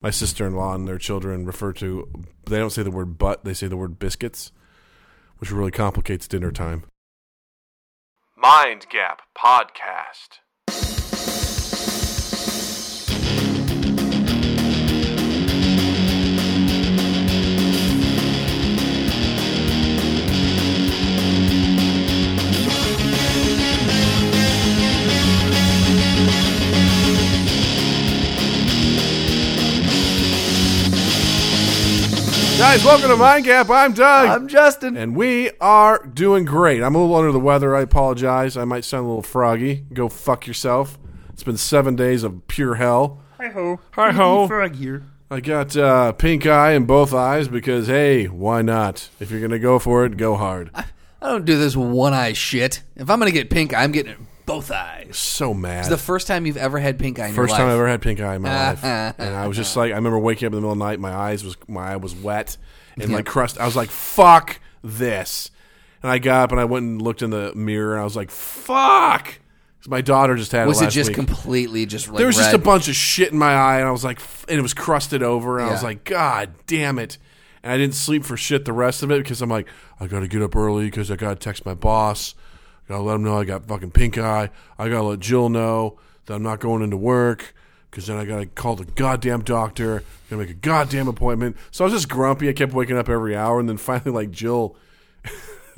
my sister in law and their children refer to. They don't say the word butt; they say the word biscuits, which really complicates dinner time. Mind Gap Podcast. Guys, welcome to Mind Gap. I'm Doug, I'm Justin. and we are doing great. I'm a little under the weather. I apologize. I might sound a little froggy. Go fuck yourself. It's been seven days of pure hell. Hi ho. Hi ho. Frog here. I got uh, pink eye in both eyes because hey, why not? If you're gonna go for it, go hard. I don't do this one eye shit. If I'm gonna get pink, eye, I'm getting it in both eyes. So mad. It's the first time you've ever had pink eye. In First your time I life. ever had pink eye in my life, and I was just like, I remember waking up in the middle of the night, my eyes was my eye was wet and like crust. I was like, "Fuck this!" And I got up and I went and looked in the mirror, and I was like, "Fuck!" 'Cause my daughter just had Was it it last just week. completely just like there was just a red? bunch of shit in my eye, and I was like, f- and it was crusted over, and I was Yeah. like, God damn it! And I didn't sleep for shit the rest of it because I'm like, I gotta get up early because I gotta text my boss, gotta let him know I got fucking pink eye, I gotta let Jill know that I'm not going into work because then I gotta call the goddamn doctor, gotta make a goddamn appointment. So I was just grumpy. I kept waking up every hour, and then finally, like Jill.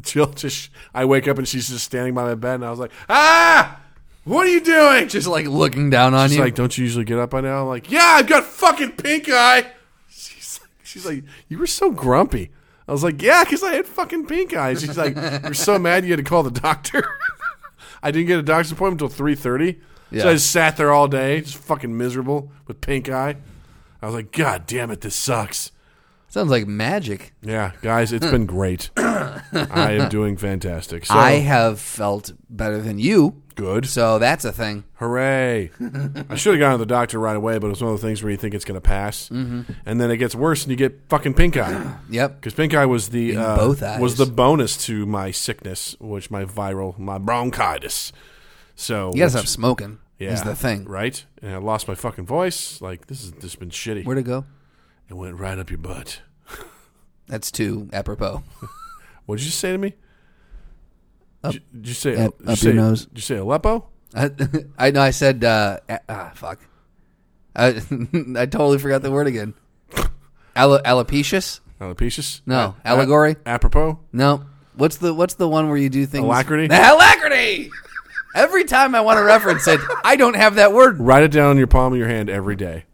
Jill just, I wake up and she's just standing by my bed, and I was like, "Ah, what are you doing?" just like looking down on She's you. like, "Don't you usually get up by now?" I'm like, "Yeah, I've got fucking pink eye." She's like, "She's like, you were so grumpy." I was like, "Yeah, because I had fucking pink eye." She's like, "You're so mad you had to call the doctor." I didn't get a doctor's appointment until three thirty, so I Yeah. just sat there all day, just fucking miserable with pink eye. I was like, "God damn it, this sucks." Sounds like magic. Yeah, guys, it's been great. I am doing fantastic. So I have felt better than you, good. so that's a thing. Hooray! I should have gone to the doctor right away, but it's one of the things where you think it's going to pass, mm-hmm. and then it gets worse, and you get fucking pink eye. Yep. Because pink eye was the uh, both eyes. was the bonus to my sickness, which my viral my bronchitis. So You gotta which- stop smoking. yeah, Is the thing. right? And I lost my fucking voice. Like this has just been shitty. Where'd it go? it went right up your butt. That's too apropos. What did you say to me? Up- did, you- did you say up- did you up say, your nose. Did you say Aleppo? I I know. I said. Uh, a- ah, fuck. I I totally forgot the word again. Ale- alopecious? Alopecious? No. A- Allegory? apropos? No. What's the What's the one where you do things? Alacrity? Alacrity. Every time I want to reference it, I don't have that word. Write it down in your palm of your hand every day.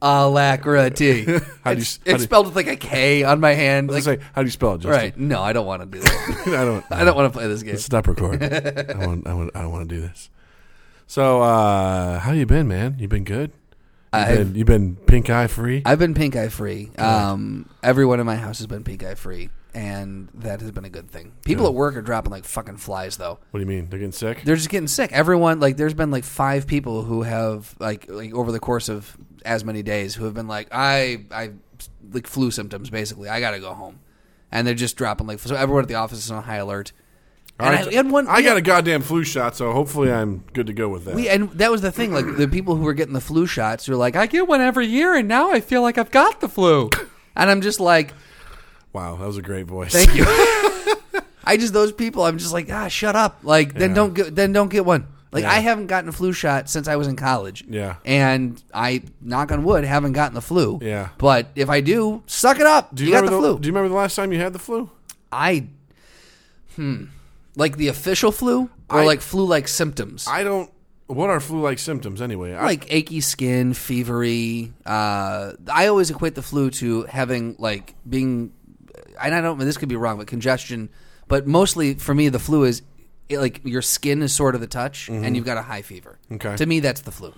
Alacrity. How do you- it's how do you- it's spelled with like a K on my hand. Let's Like, say, how do you spell it, Justin? right? No, I don't want to do that. I don't. I don't want to play this game. Stop recording. I want. I want. I don't want to do this. So, uh, how you been, man? You been good? You I've- been, you been pink eye free? I've been pink eye free. Um, everyone in my house has been pink eye free, and that has been a good thing. People at work are dropping like fucking flies, though. what do you mean? They're getting sick? They're just getting sick. Everyone like, there's been like five people who have like, like over the course of as many days who have been like, I, I, like flu symptoms. Basically, I gotta go home, and they're just dropping like. So everyone at the office is on high alert. And All right. I had one. I yeah. got a goddamn flu shot, so hopefully I'm good to go with that. We, and that was the thing, like the people who were getting the flu shots who are like, I get one every year, and now I feel like I've got the flu, and I'm just like, wow, that was a great voice. Thank you. I just those people. I'm just like ah, shut up. Like then don't get then don't get one. Like Yeah. I haven't gotten a flu shot since I was in college. Yeah. and I knock on wood haven't gotten the flu. Yeah. but if I do, suck it up. do you, got remember the flu. Do you remember the last time you had the flu? I hmm, like the official flu or I- like flu like symptoms. I don't. What are flu-like symptoms anyway? I- like achy skin, fevery. Uh, I always equate the flu to having like being, and I don't. This could be wrong, but congestion. But mostly for me, the flu is it, like your skin is sore to the touch, and you've got a high fever. Mm-hmm. Okay. Oh To me, that's the flu.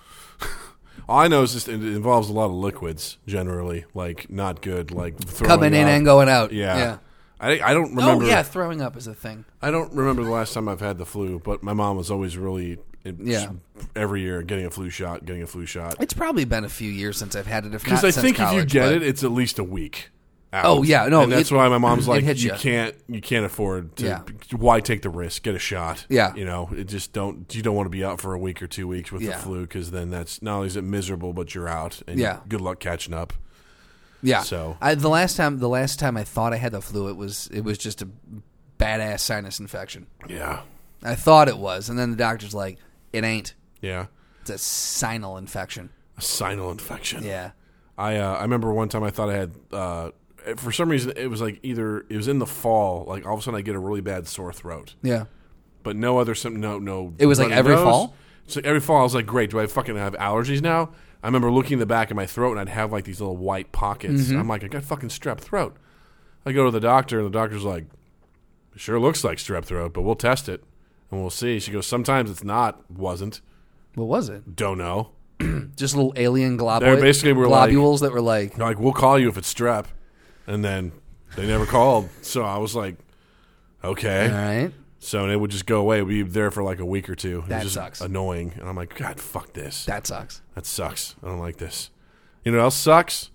all I know is just, it involves a lot of liquids generally, like not good, like throwing Coming in up. and going out. Yeah. I, I don't Oh remember. yeah, throwing up is a thing. I don't remember the last time I've had the flu, but my mom was always really Yeah. every year getting a flu shot, getting a flu shot. It's probably been a few years since I've had it. If Because not I since think if you college, get but- it, it's at least a week. out. Oh, yeah, no, and that's it- why my mom's it like, hits you ya. can't, you can't afford to. Yeah. Why take the risk? Get a shot. Yeah. you know, it just don't. You don't want to be out for a week or two weeks with the Yeah. flu because then that's not only is it miserable, but you're out. And Yeah. good luck catching up. Yeah. So I, the last time, the last time I thought I had the flu, it was it was just a badass sinus infection. yeah, I thought it was, and then the doctor's like, "It ain't. yeah, It's a sinal infection." a sinal infection. Yeah. I uh, I remember one time I thought I had uh, for some reason it was like either it was in the fall like all of a sudden I get a really bad sore throat Yeah. but no other symptom no no It was, like, runny every fall? so every fall I was like great do I fucking have allergies now I remember looking in the back of my throat and I'd have like these little white pockets Mm-hmm. I'm like I got fucking strep throat I go to the doctor and the doctor's like "It sure looks like strep throat but we'll test it and we'll see she goes sometimes it's not wasn't What was it? don't know Just little alien globules. They basically were like- globules that were like, They're like, we'll call you if it's strep. And then they never called. So I was like, okay. "All right, So and it would just go away. We'd be there for like a week or two. It was That just sucks. Annoying. And I'm like, God, fuck this. That, that sucks." sucks. I don't like this. You know what else sucks?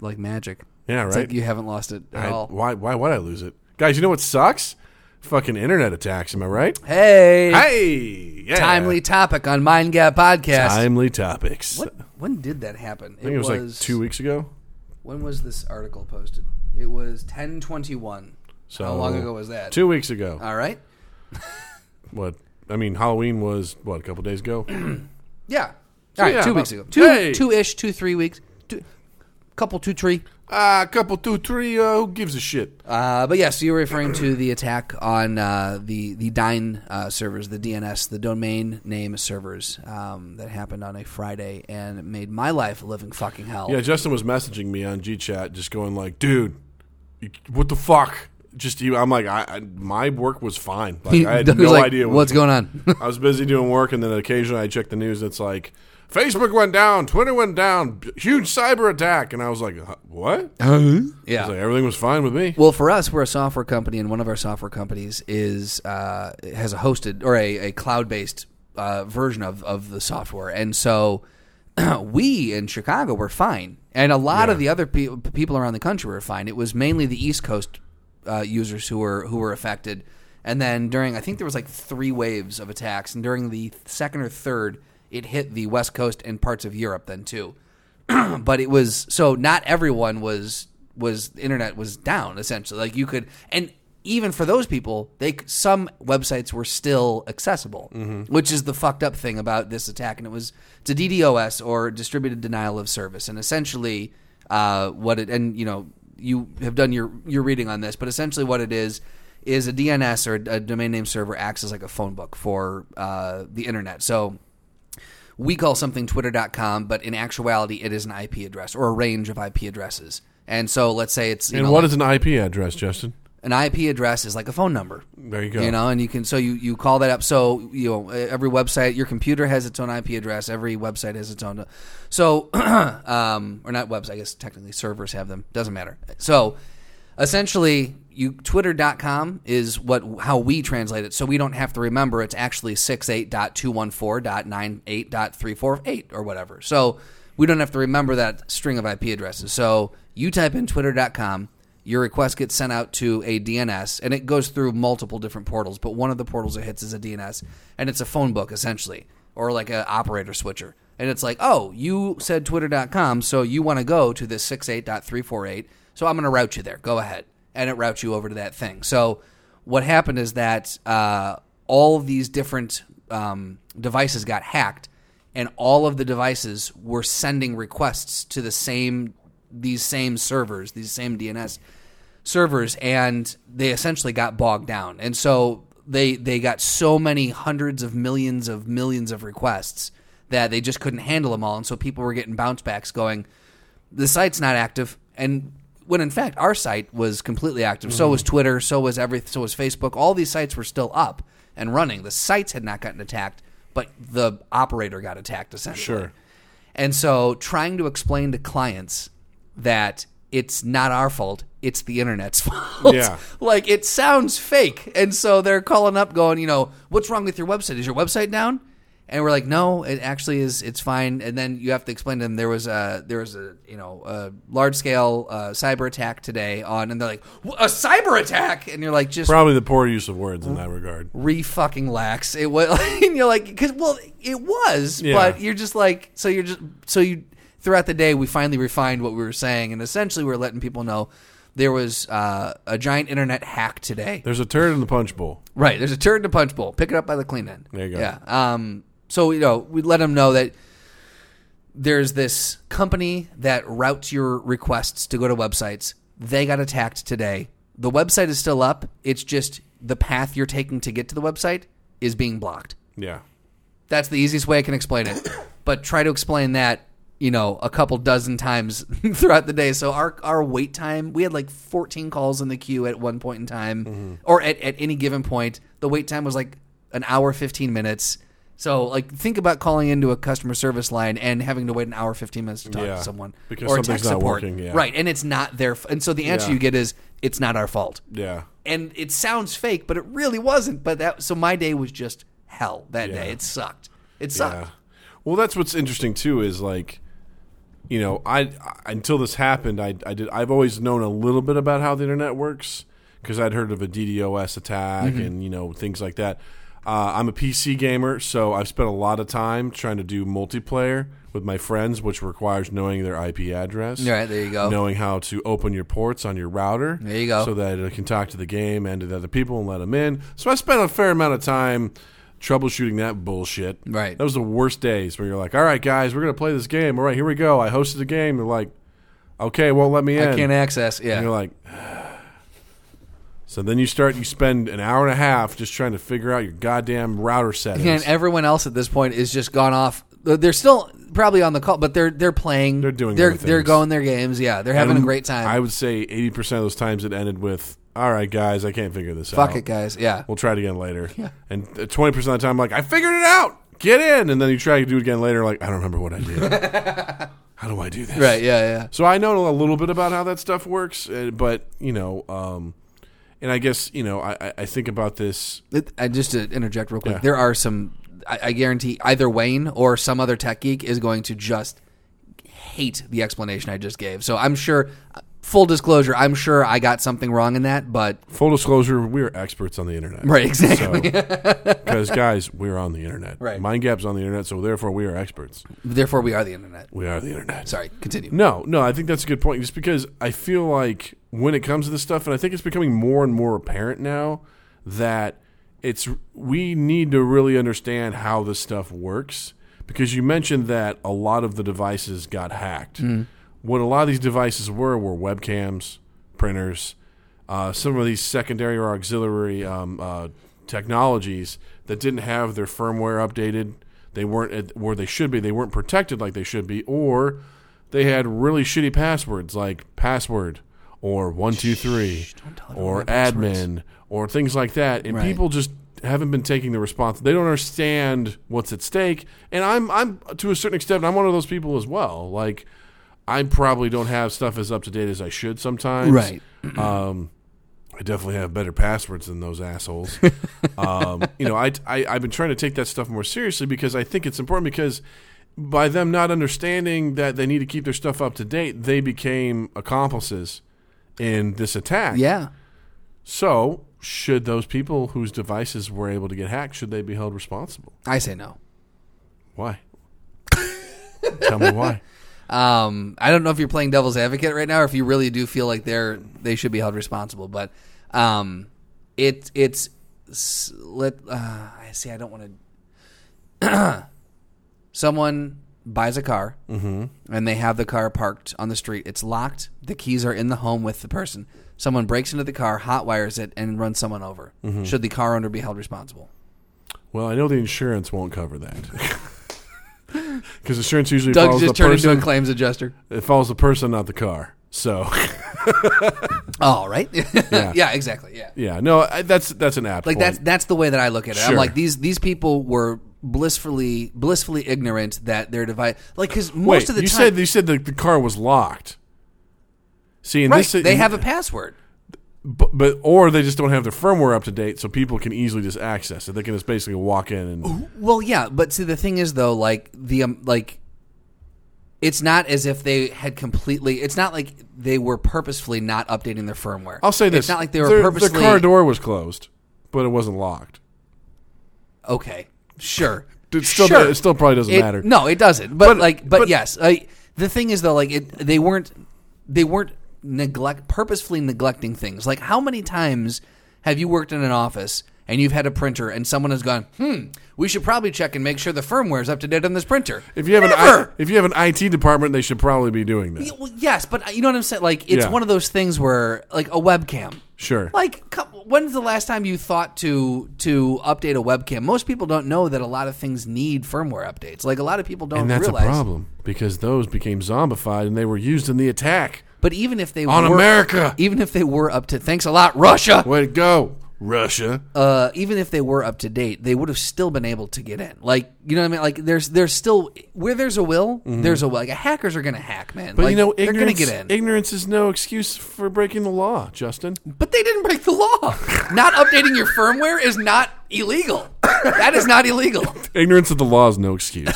Like magic. Yeah, It's right. like you haven't lost it at I- all. why, why would I lose it? Guys, you know what sucks? Fucking internet attacks. Am I right? Hey, Hey. Yeah. timely topic on Mind Gap Podcast. Timely topics. What? When did that happen? I think it was, like two weeks ago. When was this article posted? It was ten twenty one. So How long ago was that? Oh. Uh, Two weeks ago. All right. what? I mean, Halloween was, what, a couple days ago? Yeah. All right. yeah, two about- weeks ago. Two, Hey! two ish, two three weeks. Two, couple, two, three. Ah, couple, two, three. Uh, who gives a shit? Uh, but yes, you were referring to the attack on uh, the the Dyn uh, servers, the DNS, the domain name servers um, that happened on a Friday and it made my life a living fucking hell. Yeah, Justin was messaging me on GChat, just going like, "Dude, you- what the fuck?" Just you, I'm like, I, I my work was fine. Like I had Doug's no like, idea what what's going on. I was busy doing work, and then occasionally I check the news. It's like Facebook went down, Twitter went down, b- huge cyber attack, and I was like, "Huh, "What?" I yeah. was like, "Everything was fine with me." Uh, Well, for us, we're a software company, and one of our software companies is uh, has a hosted or a, a cloud based uh, version of, of the software, and so we in Chicago were fine, and a lot of the other pe- people around the country were fine. It was mainly the East Coast uh, users who were who were affected, and then during I think there was like three waves of attacks, and during the second or third, it hit the West Coast and parts of Europe then too but it was so not everyone was was the internet was down essentially like you could and even for those people they c- some websites were still accessible which is the fucked up thing about this attack and it was it's a DDoS or distributed denial of service and essentially uh, what it and you know you have done your your reading on this but essentially what it is is a DNS or a domain name server acts as like a phone book for uh, the internet so we call something twitter.com but in actuality it is an ip address or a range of ip addresses and so let's say it's you and know, what like- is an IP address, Justin? an ip address is like a phone number There you go. you know and you can so you, you call that up so you know every website your computer has its own ip address every website has its own so um, or not website i guess technically servers have them doesn't matter so essentially you twitter.com is what how we translate it so we don't have to remember it's actually 68.214.98.348 or whatever so we don't have to remember that string of ip addresses so you type in twitter.com your request gets sent out to a DNS, and it goes through multiple different portals. But one of the portals it hits is a DNS, and it's a phone book essentially, or like an operator switcher. And it's like, oh, you said Twitter.com, so you want to go to this 68.348, so I'm going to route you there. Go ahead, and it routes you over to that thing. So what happened is that uh, all of these different um, devices got hacked, and all of the devices were sending requests to the same these same servers, these same DNS servers, and they essentially got bogged down. And so they they got so many hundreds of millions of millions of requests that they just couldn't handle them all. And so people were getting bounce backs going, the site's not active and when in fact our site was completely active so was twitter so was every so was facebook all these sites were still up and running the sites had not gotten attacked but the operator got attacked essentially Sure. and so trying to explain to clients that it's not our fault it's the internet's fault Yeah. like it sounds fake and so they're calling up going you know what's wrong with your website is your website down and we're like no it actually is it's fine and then you have to explain to them there was a there was a you know a large scale uh, cyber attack today on and they're like "Wh- a cyber attack and you're like just Probably the poor use of words in that regard. re fucking lax. It was, and you're like, because well, it was, Yeah. but you're just like, so you're just so you. throughout the day, we finally refined what we were saying, and essentially, we are letting people know there was uh, a giant internet hack today. There's a turd in the punch bowl. Right. There's a turd in a punch bowl. Pick it up by the clean end. There you go. Yeah. Um, so, you know, we let them know that there's this company that routes your requests to go to websites. They got attacked today. The website is still up. It's just the path you're taking to get to the website is being blocked. Yeah. That's the easiest way I can explain it. But try to explain that, you know, a couple dozen times throughout the day. So our our wait time, we had like 14 calls in the queue at one point in time, Mm-hmm. or at, at any given point. The wait time was like an hour 15 minutes. So like think about calling into a customer service line and having to wait an hour 15 minutes to talk Yeah. to someone Because or something's tech not support. working, yeah. Right, and it's not their f- and so the answer Yeah. you get is it's not our fault Yeah. and it sounds fake, but it really wasn't. But that so my day was just hell that day. It sucked. It Yeah. sucked. Well, that's what's interesting too is like, you know, I, I- until this happened, I, I did I've always known a little bit about how the internet works because I'd heard of a DDoS attack Mm-hmm. and you know things like that. Uh, I'm a PC gamer, so I've spent a lot of time trying to do multiplayer with my friends, which requires knowing their IP address. All right, there you go. Knowing how to open your ports on your router. There you go. So that it can talk to the game and to the other people and let them in. So I spent a fair amount of time troubleshooting that bullshit. Right. That was the worst days where you're like, all right, guys, we're going to play this game. All right, here we go. I hosted the game. They're like, okay, it won't let me in. I can't access. And Yeah. you're like, so then you start, you spend an hour and a half just trying to figure out your goddamn router settings. And everyone else at this point is just gone off. They're still probably on the call, but they're they're playing. They're doing They're other they're things. going their games. Yeah, they're having And a great time. I would say 80% of those times it ended with, all right, guys, I can't figure this out. Fuck it, guys. Yeah. We'll try it again later. And uh, twenty percent of the time, I'm like I figured it out. Get in, and then you try to do it again later. Like I don't remember what I did. how do I do this? Right. Yeah. Yeah. So I know a little bit about how that stuff works, uh, but you know, um, and I guess you know, I, I- I think about this. It, and just to interject real quick, Yeah. there are some. I, I guarantee either Wayne or some other tech geek is going to just hate the explanation I just gave. So I'm sure. Full disclosure, I'm sure I got something wrong in that, but Full disclosure: we are experts on the internet, right, exactly. Because guys, we're on the internet. Right. Mind Gap's on the internet, so therefore we are experts. Therefore, we are the internet. We are the internet. Sorry, continue. No, no, I think that's a good point. Just because I feel like when it comes to this stuff, and I think it's becoming more and more apparent now that it's we need to really understand how this stuff works. Because you mentioned that a lot of the devices got hacked. What a lot of these devices were were webcams, printers, uh, some of these secondary or auxiliary um, uh, technologies that didn't have their firmware updated. They weren't at where they should be. They weren't protected like they should be, or they had really shitty passwords like password or one two three or admin or things like that. And Right. people just haven't been taking the response. They don't understand what's at stake. And I'm I'm to a certain extent I'm one of those people as well. Like I probably don't have stuff as up to date as I should sometimes. Right. I definitely have better passwords than those assholes. um, you know, I, I I've been trying to take that stuff more seriously because I think it's important because by them not understanding that they need to keep their stuff up to date, they became accomplices in this attack. Yeah. So should those people whose devices were able to get hacked should they be held responsible? I say no. Why? Tell me why. Um, I don't know if you're playing devil's advocate right now, or if you really do feel like they're they should be held responsible. But um, it it's s- let uh, I see. I don't want to. Someone buys a car, and they have the car parked on the street. It's locked. The keys are in the home with the person. Someone breaks into the car, hotwires it, and runs someone over. Should the car owner be held responsible? Well, I know the insurance won't cover that. Because insurance usually Doug follows just the turned person. into a claims adjuster. it follows the person, not the car. So Oh, right. yeah. exactly. Yeah. Yeah, no, I, that's that's an apt Like point. that's that's the way that I look at it. I'm Sure. like these these people were blissfully blissfully ignorant that their device like cuz most Wait, of the you time said you said the, the car was locked. See, and right, this they have a password. but, but or they just don't have their firmware up to date, so people can easily just access it. They can just basically walk in and Well, yeah, but see the thing is though like the um, like it's not as if they had completely it's not like they were purposefully not updating their firmware. I'll say this: It's not like they were their, purposely their car door was closed, but it wasn't locked. Okay. Sure. It still sure. it still probably doesn't It- matter. No, it doesn't. But, But- like, but, but- yes, I, The thing is though, like it, they weren't they weren't neglect purposefully neglecting things. Like how many times have you worked in an office and you've had a printer and someone has gone, hmm, we should probably check and make sure the firmware is up to date on this printer. If you have an Never! I, if you have an IT department, they should probably be doing that. Yeah, well, yes, but you know what I'm saying. Like it's Yeah. one of those things where like a webcam. Sure. Like come- when's the last time you thought to to update a webcam? Most people don't know that a lot of things need firmware updates. Like a lot of people don't and that's realize. a problem because those became zombified and they were used in the attack But even if they on were, America. even if they were up to thanks a lot Russia. Way to go, Russia. uh, even if they were up to date, they would have still been able to get in. Like you know what I mean? Like there's there's still where there's a will, there's a will. Like hackers are gonna hack, man. Mm-hmm. but like, you know, they're gonna ignorance, get in. ignorance is no excuse for breaking the law, Justin. but they didn't break the law. not updating your firmware is not illegal. That is not illegal. Ignorance of the law is no excuse.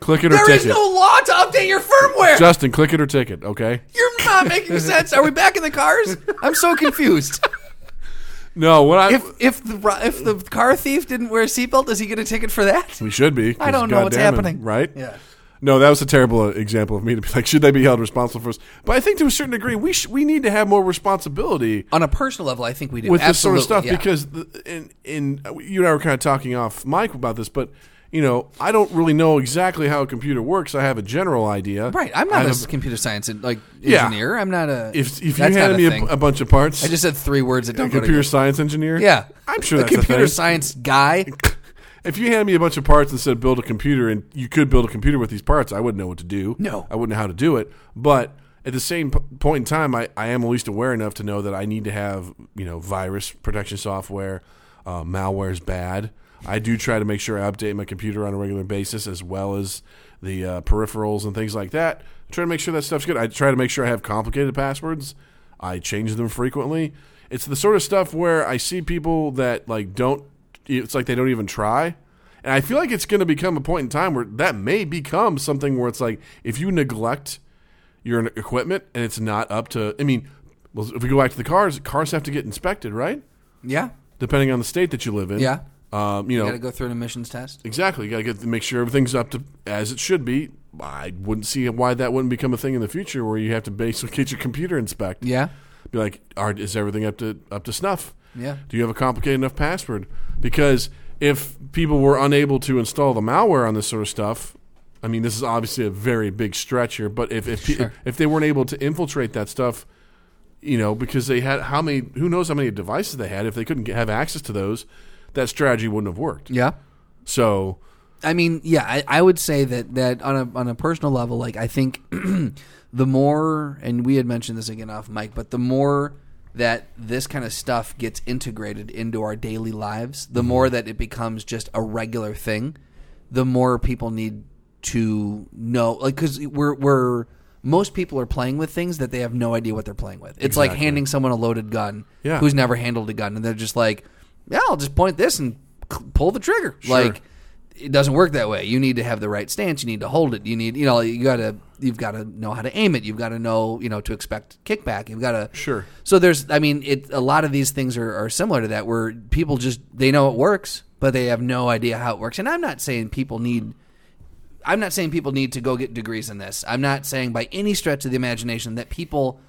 click it or There ticket. is no law to update your firmware. Justin, click it or ticket, okay? You're not making sense. Are we back in the cars? I'm so confused. No, what I If if the ro- if the car thief didn't wear a seatbelt, is he get a ticket for that? we should be. I 'cause don't know what's goddamn it, happening. right? Yeah. No, that was a terrible uh, example of me to be like, should they be held responsible for us? But I think to a certain degree, we sh- we need to have more responsibility On a personal level, I think we do with this sort Absolutely, of stuff yeah. because the, in in you and I were kind of talking off mic about this, but you know I don't really know exactly how a computer works. I have a general idea, Right. I'm I not have a computer science and, like Yeah. engineer. I'm not a. if if you that's not handed a me thing. a, a bunch of parts, I just said three words a that don't go computer together. science engineer, Yeah, I'm sure a that's a computer thing. science guy. If you handed me a bunch of parts and said build a computer, and you could build a computer with these parts, I wouldn't know what to do. No. I wouldn't know how to do it. But at the same p- point in time, I, I am at least aware enough to know that I need to have you know virus protection software. Uh, malware is bad. I do try to make sure I update my computer on a regular basis, as well as the uh, peripherals and things like that. I try to make sure that stuff's good. I try to make sure I have complicated passwords. I change them frequently. It's the sort of stuff where I see people that like don't. It's like they don't even try. And I feel like it's going to become a point in time where that may become something where it's like if you neglect your equipment and it's not up to. I mean, well, if we go back to the cars, cars have to get inspected, right? Yeah, Depending on the state that you live in. Yeah. Um, you know, got to go through an emissions test. exactly. You got to get make sure everything's up to as it should be. I wouldn't see why that wouldn't become a thing in the future where you have to basically get your computer inspected. Yeah, Be like, are, is everything up to up to snuff? Yeah. Do you have a complicated enough password? Because if people were unable to install the malware on this sort of stuff, I mean, this is obviously a very big stretch here. But if if, pe- Sure. if they weren't able to infiltrate that stuff, you know, because they had how many? Who knows how many devices they had? If they couldn't get, have access to those, that strategy wouldn't have worked. yeah. So I mean, yeah, I, I would say that that on a on a personal level, like I think the more, and we had mentioned this again off mic, but the more that this kind of stuff gets integrated into our daily lives, the more that it becomes just a regular thing, the more people need to know, like, because we're we're most people are playing with things that they have no idea what they're playing with. It's like handing someone a loaded gun Yeah. who's never handled a gun, and they're just like, yeah, I'll just point this and c- pull the trigger, like it doesn't work that way. You need to have the right stance. You need to hold it. You need, you know, you gotta, you've got to know how to aim it. You've got to know, you know, to expect kickback. You've got to Sure. So there's, I mean, it. A lot of these things are, are similar to that, where people just they know it works, but they have no idea how it works. And I'm not saying people need. I'm not saying people need to go get degrees in this. I'm not saying by any stretch of the imagination that people.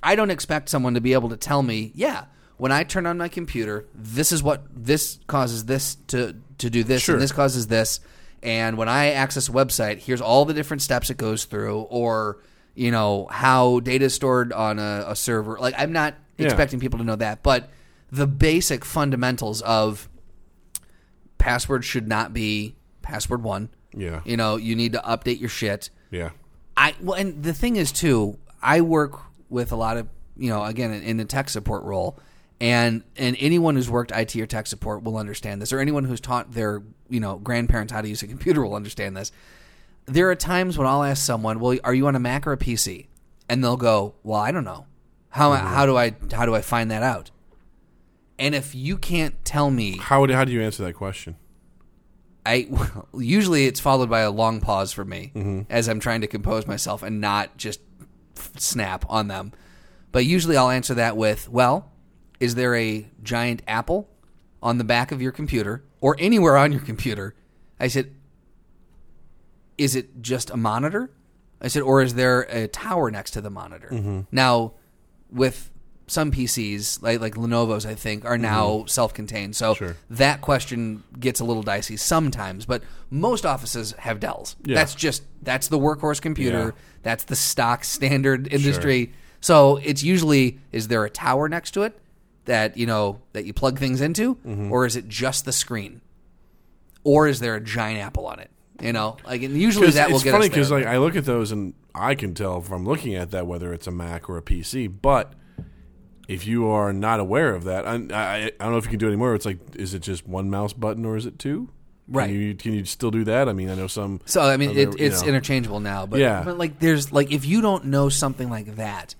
I don't expect someone to be able to tell me, yeah, when I turn on my computer, this is what this causes this to to do this, Sure. and this causes this, and when I access a website, here's all the different steps it goes through, or you know how data is stored on a, a server. Like I'm not Yeah. expecting people to know that, but the basic fundamentals of password should not be password one. Yeah. You know, you need to update your shit. yeah, I well, and the thing is too, I work with a lot of you know, again, in, in the tech support role, and and anyone who's worked IT or tech support will understand this, or anyone who's taught their you know grandparents how to use a computer will understand this. There are times when I'll ask someone, "Well, are you on a Mac or a PC?" and they'll go, "Well, I don't know. How how do I how do I find that out?" And if you can't tell me how would, how do you answer that question? I usually it's followed by a long pause for me as I'm trying to compose myself and not just f- snap on them. But usually I'll answer that with, "Well, is there a giant apple on the back of your computer or anywhere on your computer?" I said, "Is it just a monitor?" I said, or is there a tower next to the monitor? Mm-hmm. Now, with some PCs, like, like Lenovo's, I think, are now self contained. So Mm-hmm. Sure. that question gets a little dicey sometimes, but most offices have Dells. Yeah. That's just, that's the workhorse computer. Yeah. That's the stock standard industry. So it's usually, is there a tower next to it that, you know, that you plug things into? Mm-hmm. Or is it just the screen? Or is there a giant apple on it? You know, like and usually 'Cause that will it's get funny us there. because like I look at those and I can tell from looking at that whether it's a Mac or a PC. But if you are not aware of that, I, I, I don't know if you can do it anymore. It's like, is it just one mouse button or is it two? Right. Can you, can you still do that? I mean, I know some. So I mean, Uh, it, you it's know. interchangeable now, but, Yeah. but like there's like if you don't know something like that,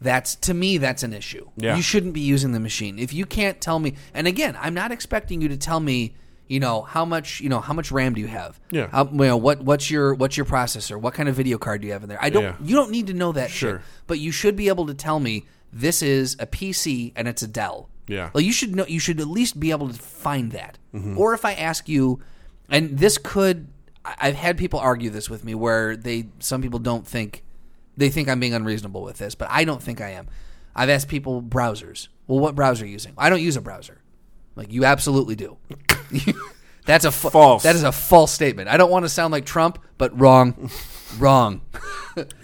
that's to me that's an issue. Yeah. You shouldn't be using the machine if you can't tell me. And again, I'm not expecting you to tell me, you know, how much you know how much RAM do you have? Yeah. How, you know, what what's your what's your processor? What kind of video card do you have in there? I don't. Yeah. You don't need to know that. Sure. Shit, but you should be able to tell me this is a PC and it's a Dell. Yeah. Mm-hmm. Like you should know. You should at least be able to find that. Or if I ask you, and this could, I- I've had people argue this with me where they some people don't think they think I'm being unreasonable with this, but I don't think I am. I've asked people browsers. Well, what browser are you using? I don't use a browser. I'm Like you absolutely do. That's a fa- False. That is a false statement. I don't want to sound like Trump, but wrong, wrong.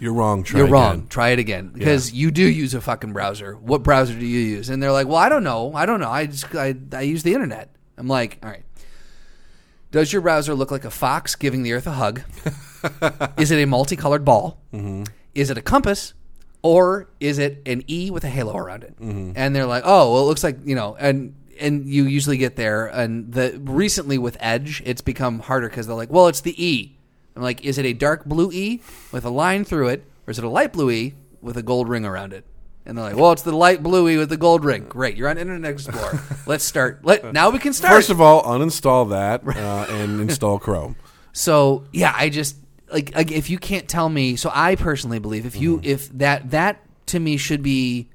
You're wrong. Try You're wrong. again. Try it again because you do use a fucking browser. What browser do you use? And they're like, "Well, I don't know. I don't know. I just I, I use the internet." I'm like, "All right. Does your browser look like a fox giving the earth a hug? is it a multicolored ball? Is it a compass?" Or is it an E with a halo around it? And they're like, oh, well, it looks like you know, and and you usually get there. And the recently with Edge, it's become harder because they're like, well, it's the E. I'm like, is it a dark blue E with a line through it, or is it a light blue E with a gold ring around it? And they're like, well, it's the light blue E with the gold ring. Great, you're on Internet Explorer. Let's start. Let now we can start. First of all, uninstall that uh, and install Chrome. So yeah, I just like ag- if you can't tell me. So I personally believe if Mm-hmm. you if that that to me should be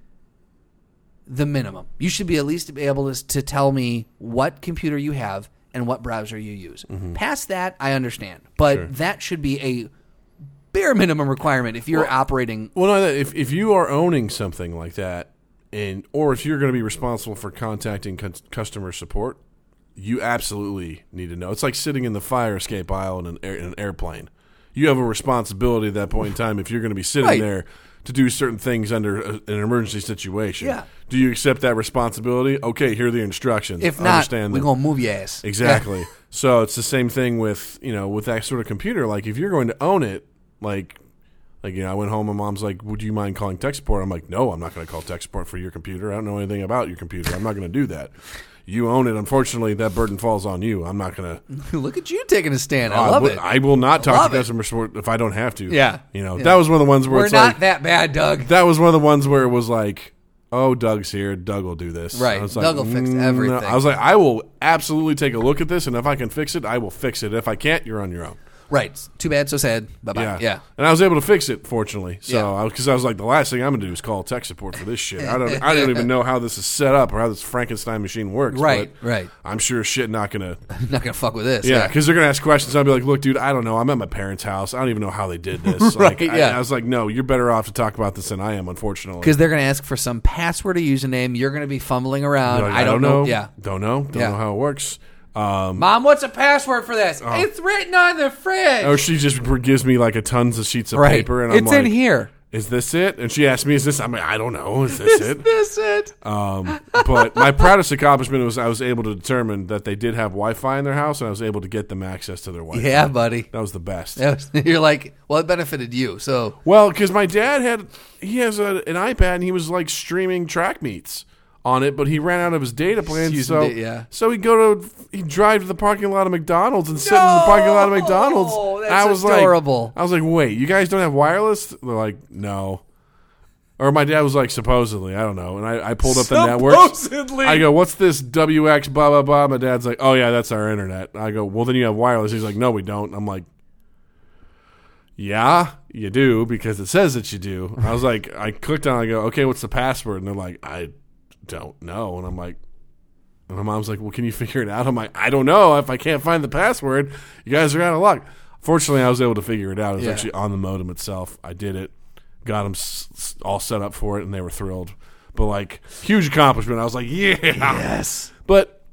the minimum. You should be at least be able to, to tell me what computer you have and what browser you use. Mm-hmm. Past that, I understand, but that should be a bare minimum requirement if you're operating. Well, no, if if you are owning something like that, and or if you're going to be responsible for contacting cus- customer support, you absolutely need to know. It's like sitting in the fire escape aisle in an, air, in an airplane. You have a responsibility at that point in time if you're going to be sitting Right. there to do certain things under a, an emergency situation. Yeah. Do you accept that responsibility? Okay, here are the instructions. If not, Understand we're them. gonna move your ass. Exactly. so it's the same thing with you know with that sort of computer. Like if you're going to own it, like like you know, I went home. My mom's like, "Would you mind calling tech support?" I'm like, "No, I'm not going to call tech support for your computer. I don't know anything about your computer. I'm not going to do that. You own it. Unfortunately, that burden falls on you. I'm not going to. Look at you taking a stand. I love will, it. I will not talk love to it. customer support if I don't have to. Yeah. You know, Yeah. that was one of the ones where we're it's not like that bad, Doug. that was one of the ones where it was like, oh, Doug's here. Doug will do this. Right. I was like, Doug will fix no. everything. I was like, I will absolutely take a look at this, and if I can fix it, I will fix it. If I can't, you're on your own. Right. Too bad. So sad. Bye bye. Yeah. yeah. And I was able to fix it, fortunately. Yeah. So, because I, was like, the last thing I'm going to do is call tech support for this shit. I don't, I don't even know how this is set up or how this Frankenstein machine works. Right, but right. I'm sure as shit not going to. not gonna fuck with this. Yeah, because they're gonna ask questions. I'll be like, "Look, dude, I don't know. I'm at my parents' house. I don't even know how they did this." Right, Like, I- yeah. I, was like, "No, you're better off to talk about this than I am, unfortunately." because they're gonna ask for some password or username. You're gonna be fumbling around. Like, I, don't know. Yeah, don't know, don't Yeah. know how it works. Um, Oh. mom, what's a password for this? It's written on the fridge. or she just gives me like a tons of sheets of right. Oh, paper, and I'm it's like, in here. "Is this it?" And she asked me, "Is this?" I'm like, "I don't know. Is this it?" This it. Um, but my proudest accomplishment was I was able to determine that they did have Wi-Fi in their house, and I was able to get them access to their Wi-Fi. yeah, buddy. That was the best. That was- You're like, well, it benefited you. So Well, because my dad had he has a, an iPad and he was like streaming track meets on it, but he ran out of his data plan. He's So using da- yeah. so he'd go to he'd drive to the parking lot of McDonald's and sit in the parking lot of McDonald's. No! And I That's was adorable. Like, I was like, wait, you guys don't have wireless? They're like, no. Or my dad was like, supposedly, I don't know. And I, I pulled up the network. Supposedly. I go, what's this WX blah blah blah? My dad's like, oh yeah, that's our internet. I go, well then you have wireless. He's like, no, we don't. I'm like, yeah, you do because it says that you do. I was like, I clicked on. it, I go, okay, what's the password? And they're like, I don't know. And I'm like, and my mom's like, well, can you figure it out? I'm like, I don't know. If I can't find the password, you guys are out of luck. Fortunately, I was able to figure it out. It was Yeah. actually on the modem itself. I did it, got them s- s- all set up for it, and they were thrilled. But like huge accomplishment. I was like, yeah. Yes. But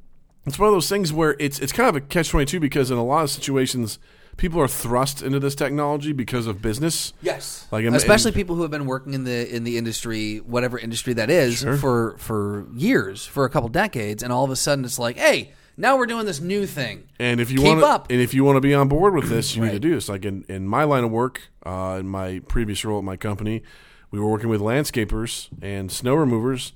it's one of those things where it's it's kind of a catch twenty two because in a lot of situations, people are thrust into this technology because of business. Yes. Like, I'm- especially people who have been working in the in the industry, whatever industry that is, for for years, for a couple decades, and all of a sudden it's like, hey, now we're doing this new thing. And if you Keep want, up. and if you want to be on board with this, you need to do this. Like in, in my line of work, uh, in my previous role at my company, we were working with landscapers and snow removers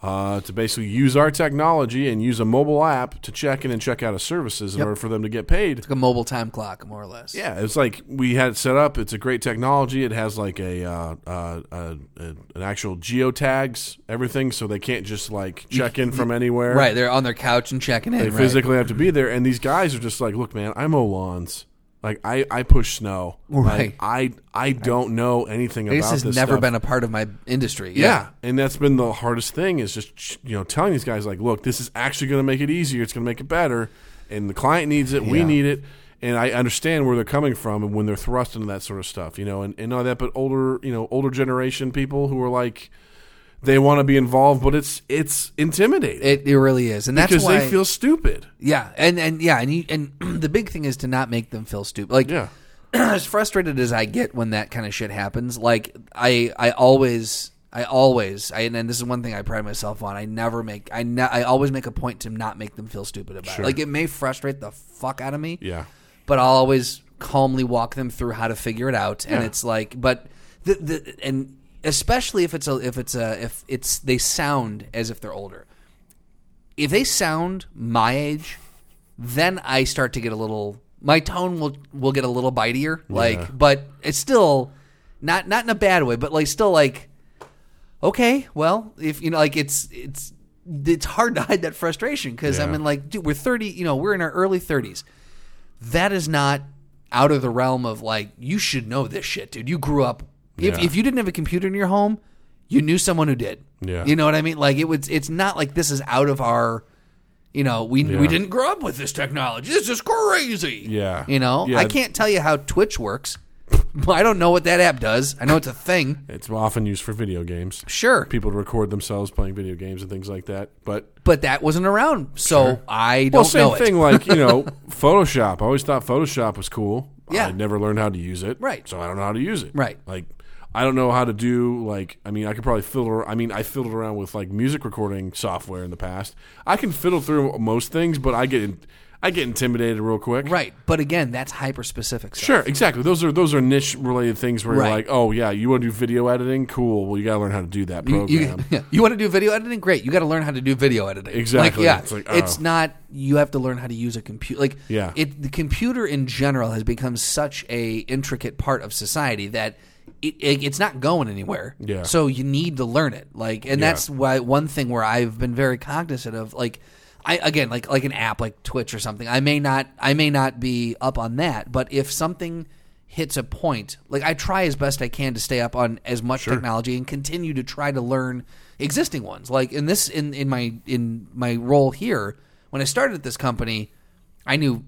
uh, to basically use our technology and use a mobile app to check in and check out of services in order for them to get paid. Like a mobile time clock, more or less. Yeah, it's like we had it set up. It's a great technology. It has like a, uh, uh, uh, an actual geotags everything, so they can't just like check in from anywhere. Right, they're on their couch and checking in. They right. physically have to be there. And these guys are just like, look, man, I mow lawns. Like I, I push snow. Right. Like, I I don't know anything This about has this. never stuff. been a part of my industry. Yeah. and that's been the hardest thing is just you know telling these guys like, look, this is actually going to make it easier. It's going to make it better, and the client needs it. We Yeah. need it. And I understand where they're coming from and when they're thrust into that sort of stuff, you know, and, and all that. But older, you know, older generation people who are like, they want to be involved, but it's it's intimidating It, it really is, and that's because why. they feel stupid. yeah, and and yeah, and you, and the big thing is to not make them feel stupid. Like, Yeah. as frustrated as I get when that kind of shit happens, like I I always I always I, and this is one thing I pride myself on. I never make I ne- I always make a point to not make them feel stupid about Sure. it. Like it may frustrate the fuck out of me. Yeah. But I'll always calmly walk them through how to figure it out and it's like but the, the and especially if it's a if it's a if it's they sound as if they're older. If they sound my age, then I start to get a little my tone will will get a little bitier. Like but it's still not not in a bad way, but like still like okay, well, if you know like it's it's it's hard to hide that frustration because I Yeah. mean like dude, we're 30, you know, we're in our early 30s. That is not out of the realm of like you should know this shit, dude. You grew up if Yeah. if you didn't have a computer in your home, you knew someone who did. Yeah. You know what I mean? Like it was it's not like this is out of our you know, we we Yeah. didn't grow up with this technology. This is crazy. Yeah. You know, Yeah. I can't tell you how Twitch works. I don't know what that app does. I know it's a thing. It's often used for video games. Sure. People to record themselves playing video games and things like that. But But that wasn't around. So I don't well, same know it. thing like you know Photoshop. I always thought Photoshop was cool. Yeah. I never learned how to use it. Right. So I don't know how to use it. Right. Like I don't know how to do like I mean I could probably fiddle. ar- I mean I fiddled around with like music recording software in the past. I can fiddle through most things, but I get in, I get intimidated real quick. Right. But again, that's hyper specific stuff. Sure, exactly. Those are those are niche related things where Right. you're like, oh yeah, you want to do video editing? Cool. Well, you got to learn how to do that You, program. you, you want to do video editing? Great. You got to learn how to do video editing. Exactly. Like, yeah. It's, It's like, oh. not you have to learn how to use a computer. Like Yeah. it the computer in general has become such a intricate part of society that it, it, it's not going anywhere. Yeah. So you need to learn it. Like and Yeah. that's why one thing where I've been very cognizant of like I again like like an app like Twitch or something. I may not I may not be up on that, but if something hits a point, like I try as best I can to stay up on as much technology and continue to try to learn existing ones. Like in this in in my in my role here, when I started at this company, I knew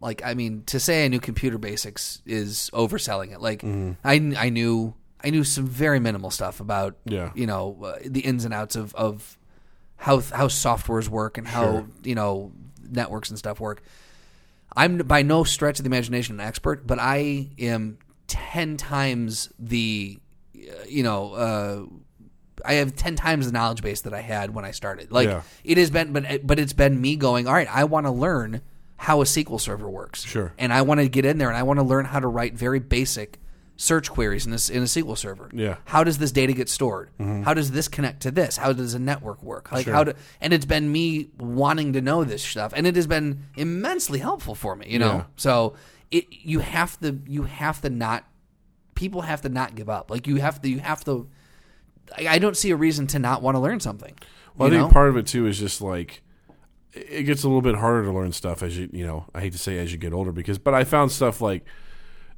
like I mean to say I knew computer basics is overselling it. Like I I knew I knew some very minimal stuff about Yeah. you know uh, the ins and outs of of how how softwares work and how you know networks and stuff work. I'm by no stretch of the imagination an expert, but I am ten times the uh, you know. Uh, I have ten times the knowledge base that I had when I started. Like Yeah. it has been, but but it's been me going. All right, I want to learn how a SQL server works. Sure. and I want to get in there and I want to learn how to write very basic search queries in a, s- in a SQL server. Yeah. Mm-hmm. how does this data get stored? How does this connect to this? How does a network work? Like how do? And it's been me wanting to know this stuff, and it has been immensely helpful for me. You know, Yeah. so it you have to you have to not people have to not give up. Like you have to you have to I, I don't see a reason to not want to learn something. Well, you I think know? part of it too is just like it gets a little bit harder to learn stuff as you you know I hate to say as you get older because but I found stuff like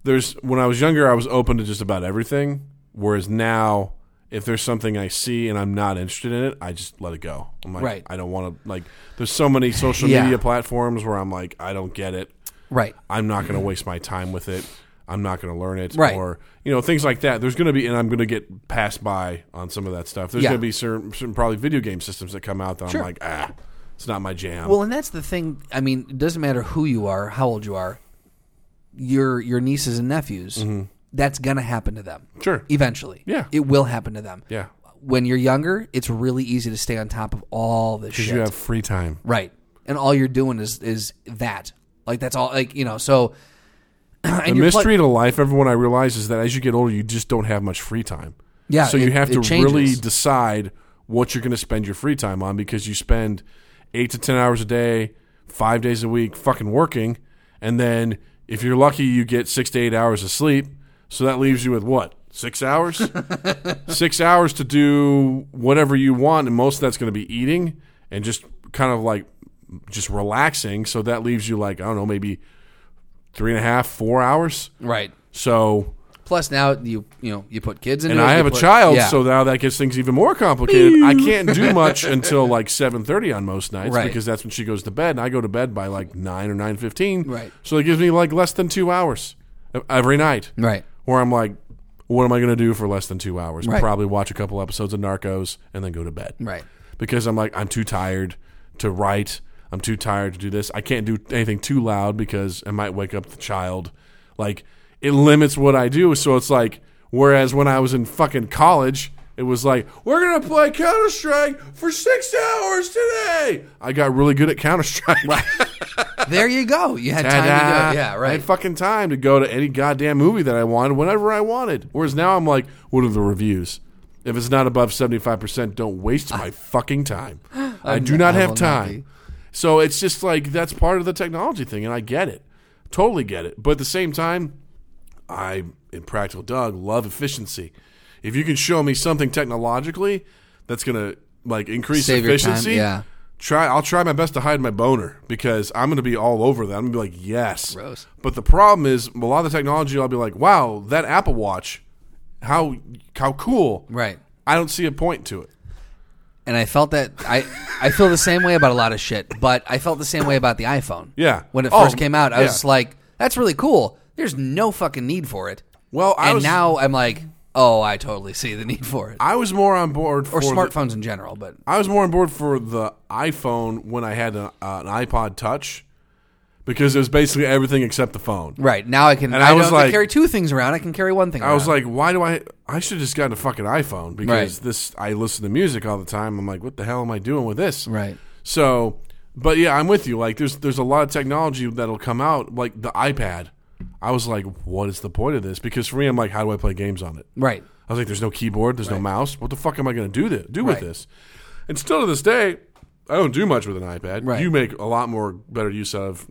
there's when I was younger I was open to just about everything whereas now if there's something I see and I'm not interested in it I just let it go I'm like Right. I don't want to like there's so many social Yeah. media platforms where I'm like I don't get it Right. I'm not going to waste my time with it. I'm not going to learn it, Right. or you know things like that. There's going to be, and I'm going to get passed by on some of that stuff. There's Yeah. going to be certain, certain probably video game systems that come out that Sure. I'm like, ah, it's not my jam. Well, and that's the thing. I mean, it doesn't matter who you are, how old you are, your your nieces and nephews. Mm-hmm. That's gonna happen to them. Sure. Eventually. Yeah. It will happen to them. yeah, When you're younger, it's really easy to stay on top of all this shit. because you have free time. right. And all you're doing is is that. Like that's all. Like you know. So. and The you're pl- mystery to life, everyone I realize, is that as you get older, you just don't have much free time. Yeah, So you it- have it to changes. really decide what you're going to spend your free time on because you spend eight to 10 hours a day, five days a week fucking working. And then if you're lucky, you get six to eight hours of sleep. So that leaves you with what? Six hours? six hours to do whatever you want. And most of that's going to be eating and just kind of like just relaxing. So that leaves you like, I don't know, maybe three and a half, four hours. right. So, Plus now you you know you put kids in. and I have a child, Yeah. so now that gets things even more complicated. I can't do much until like seven thirty on most nights Right. because that's when she goes to bed, and I go to bed by like nine or nine fifteen. Right. So it gives me like less than two hours e-, every night, right. where I'm like, what am I going to do for less than two hours? Right. Probably watch a couple episodes of Narcos and then go to bed. Right. Because I'm like, I'm too tired to write. I'm too tired to do this. I can't do anything too loud because I might wake up the child. Like, it limits what I do. So it's like, whereas when I was in fucking college, it was like, we're going to play Counter Strike for six hours today. I got really good at Counter Strike. There you go. You had time to do it. Yeah. I Right. had fucking time to go to any goddamn movie that I wanted whenever I wanted. Whereas now I'm like, what are the reviews? If it's not above 75%, don't waste my fucking time. I do not I have will not be. time. So it's just like, that's part of the technology thing, and I get it. Totally get it. But at the same time, I, in Practical Doug, love efficiency. If you can show me something technologically that's going to like increase Save your time, efficiency, yeah. try I'll try my best to hide my boner because I'm gonna be all over that. I'm gonna be like, yes. Gross. But the problem is a lot of the technology I'll be like, wow, that Apple Watch, how how cool. Right. I don't see a point to it. and I felt that I I feel the same way about a lot of shit, but I felt the same way about the iPhone. Yeah. When it Oh, first came out, I was yeah. like, that's really cool. There's no fucking need for it. Well, I and was now I'm like, oh, I totally see the need for it. I was more on board for or the- smartphones in general, but I was more on board for the iPhone when I had a, uh, an iPod Touch because it was basically everything except the phone. right, now I can And I, I don't was have to like- carry two things around. I can carry one thing I was around. like, why do I? I should have just gotten a fucking iPhone because Right. this. I listen to music all the time. I'm like, what the hell am I doing with this? Right. So, but yeah, I'm with you. Like, there's there's a lot of technology that'll come out, like the iPad. I was like, what is the point of this? Because for me, I'm like, how do I play games on it? Right. I was like, there's no keyboard, there's no mouse. What the fuck am I going to do this, do Right. with this? And still to this day, I don't do much with an iPad. Right. You make a lot more better use of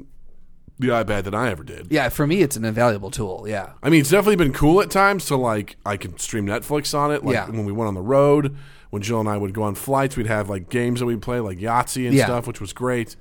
the iPad than I ever did. Yeah, for me it's an invaluable tool, yeah. I mean, it's definitely been cool at times to like I could stream Netflix on it. Like Yeah. when we went on the road, when Jill and I would go on flights, we'd have like games that we'd play, like Yahtzee and Yeah. stuff, which was great.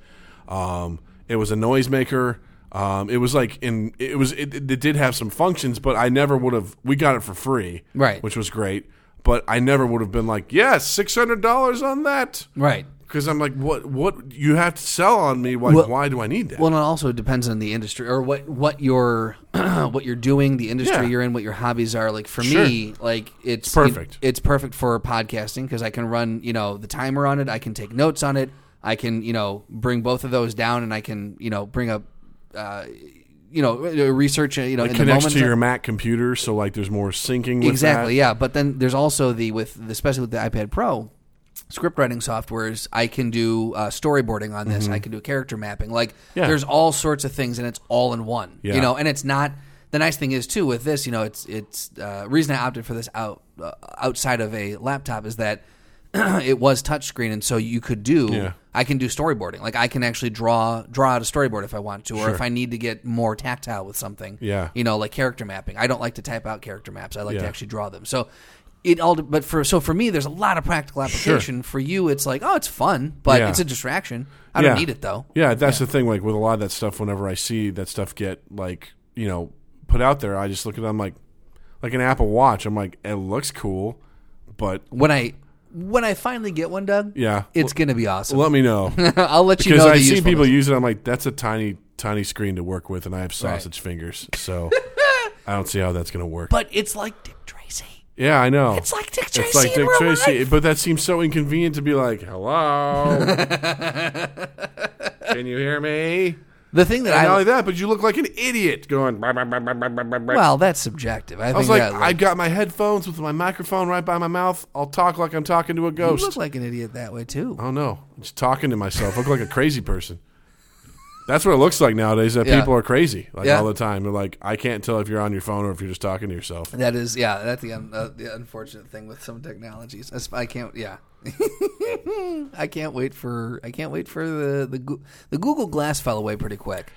Um, it was a noisemaker. Um, it was like in it was it, it did have some functions, but I never would have. We got it for free, Right. Which was great, but I never would have been like, yes, six hundred dollars on that, Right. Because I'm like, what? What you have to sell on me? Like, Well- why do I need that? Well, and it also depends on the industry or what what you're what you're doing, the industry Yeah. you're in, what your hobbies are. Like for Sure. me, like it's, perfect. it- it's perfect for podcasting because I can run you know the timer on it. I can take notes on it. I can you know bring both of those down, and I can you know bring up. Uh, you know, re- research. You know, in the Connects moment to your Mac computer, so like there's more syncing. With exactly that. yeah but then there's also the with the- especially with the ipad pro script writing softwares i can do uh, storyboarding on this i can do character mapping like Mm-hmm. Yeah. there's all sorts of things and it's all in one you Yeah. know and it's not the nice thing is too with this you know it's it's uh, reason i opted for this out uh, outside of a laptop is that it was touchscreen and so you could do Yeah. i can do storyboarding like i can actually draw draw out a storyboard if i want to or if i need to get more tactile with something Yeah. you know like character mapping i don't like to type out character maps i like to Yeah. actually draw them so it all but for so for me there's a lot of practical application for you it's like oh it's fun but Yeah. it's a distraction i don't Yeah. need it though Yeah, that's the thing. Like with a lot of that stuff, whenever I see that stuff get like you know put out there, I just look at them like like an Apple Watch. I'm like, it looks cool, but when i when I finally get one, Doug, Yeah. it's gonna be awesome. Let me know. I'll let you Because know. I the see people usefulness. use it. I'm like, that's a tiny, tiny screen to work with, and I have sausage fingers. So I don't see how that's going to work. but it's like Dick Tracy. yeah, I know. It's like Dick Tracy. It's like in Dick real Tracy, life. but that seems so inconvenient to be like, "Hello, can you hear me?" The thing that And not I only that, but you look like an idiot going. "Bah, bah, bah, bah, bah, bah, bah, bah." well, that's subjective. I, think I was like, that, I got my headphones with my microphone right by my mouth. I'll talk like I'm talking to a you ghost. look like an idiot that way too. I don't know. I'm just talking to myself. I look like a crazy person. That's what it looks like nowadays. That Yeah. people are crazy like Yeah. all the time. They're like, I can't tell if you're on your phone or if you're just talking to yourself. That is, yeah, that's the, un, uh, the unfortunate thing with some technologies. That's- I can't, yeah, I can't wait for I can't wait for the the Goo- the Google Glass fell away pretty quick.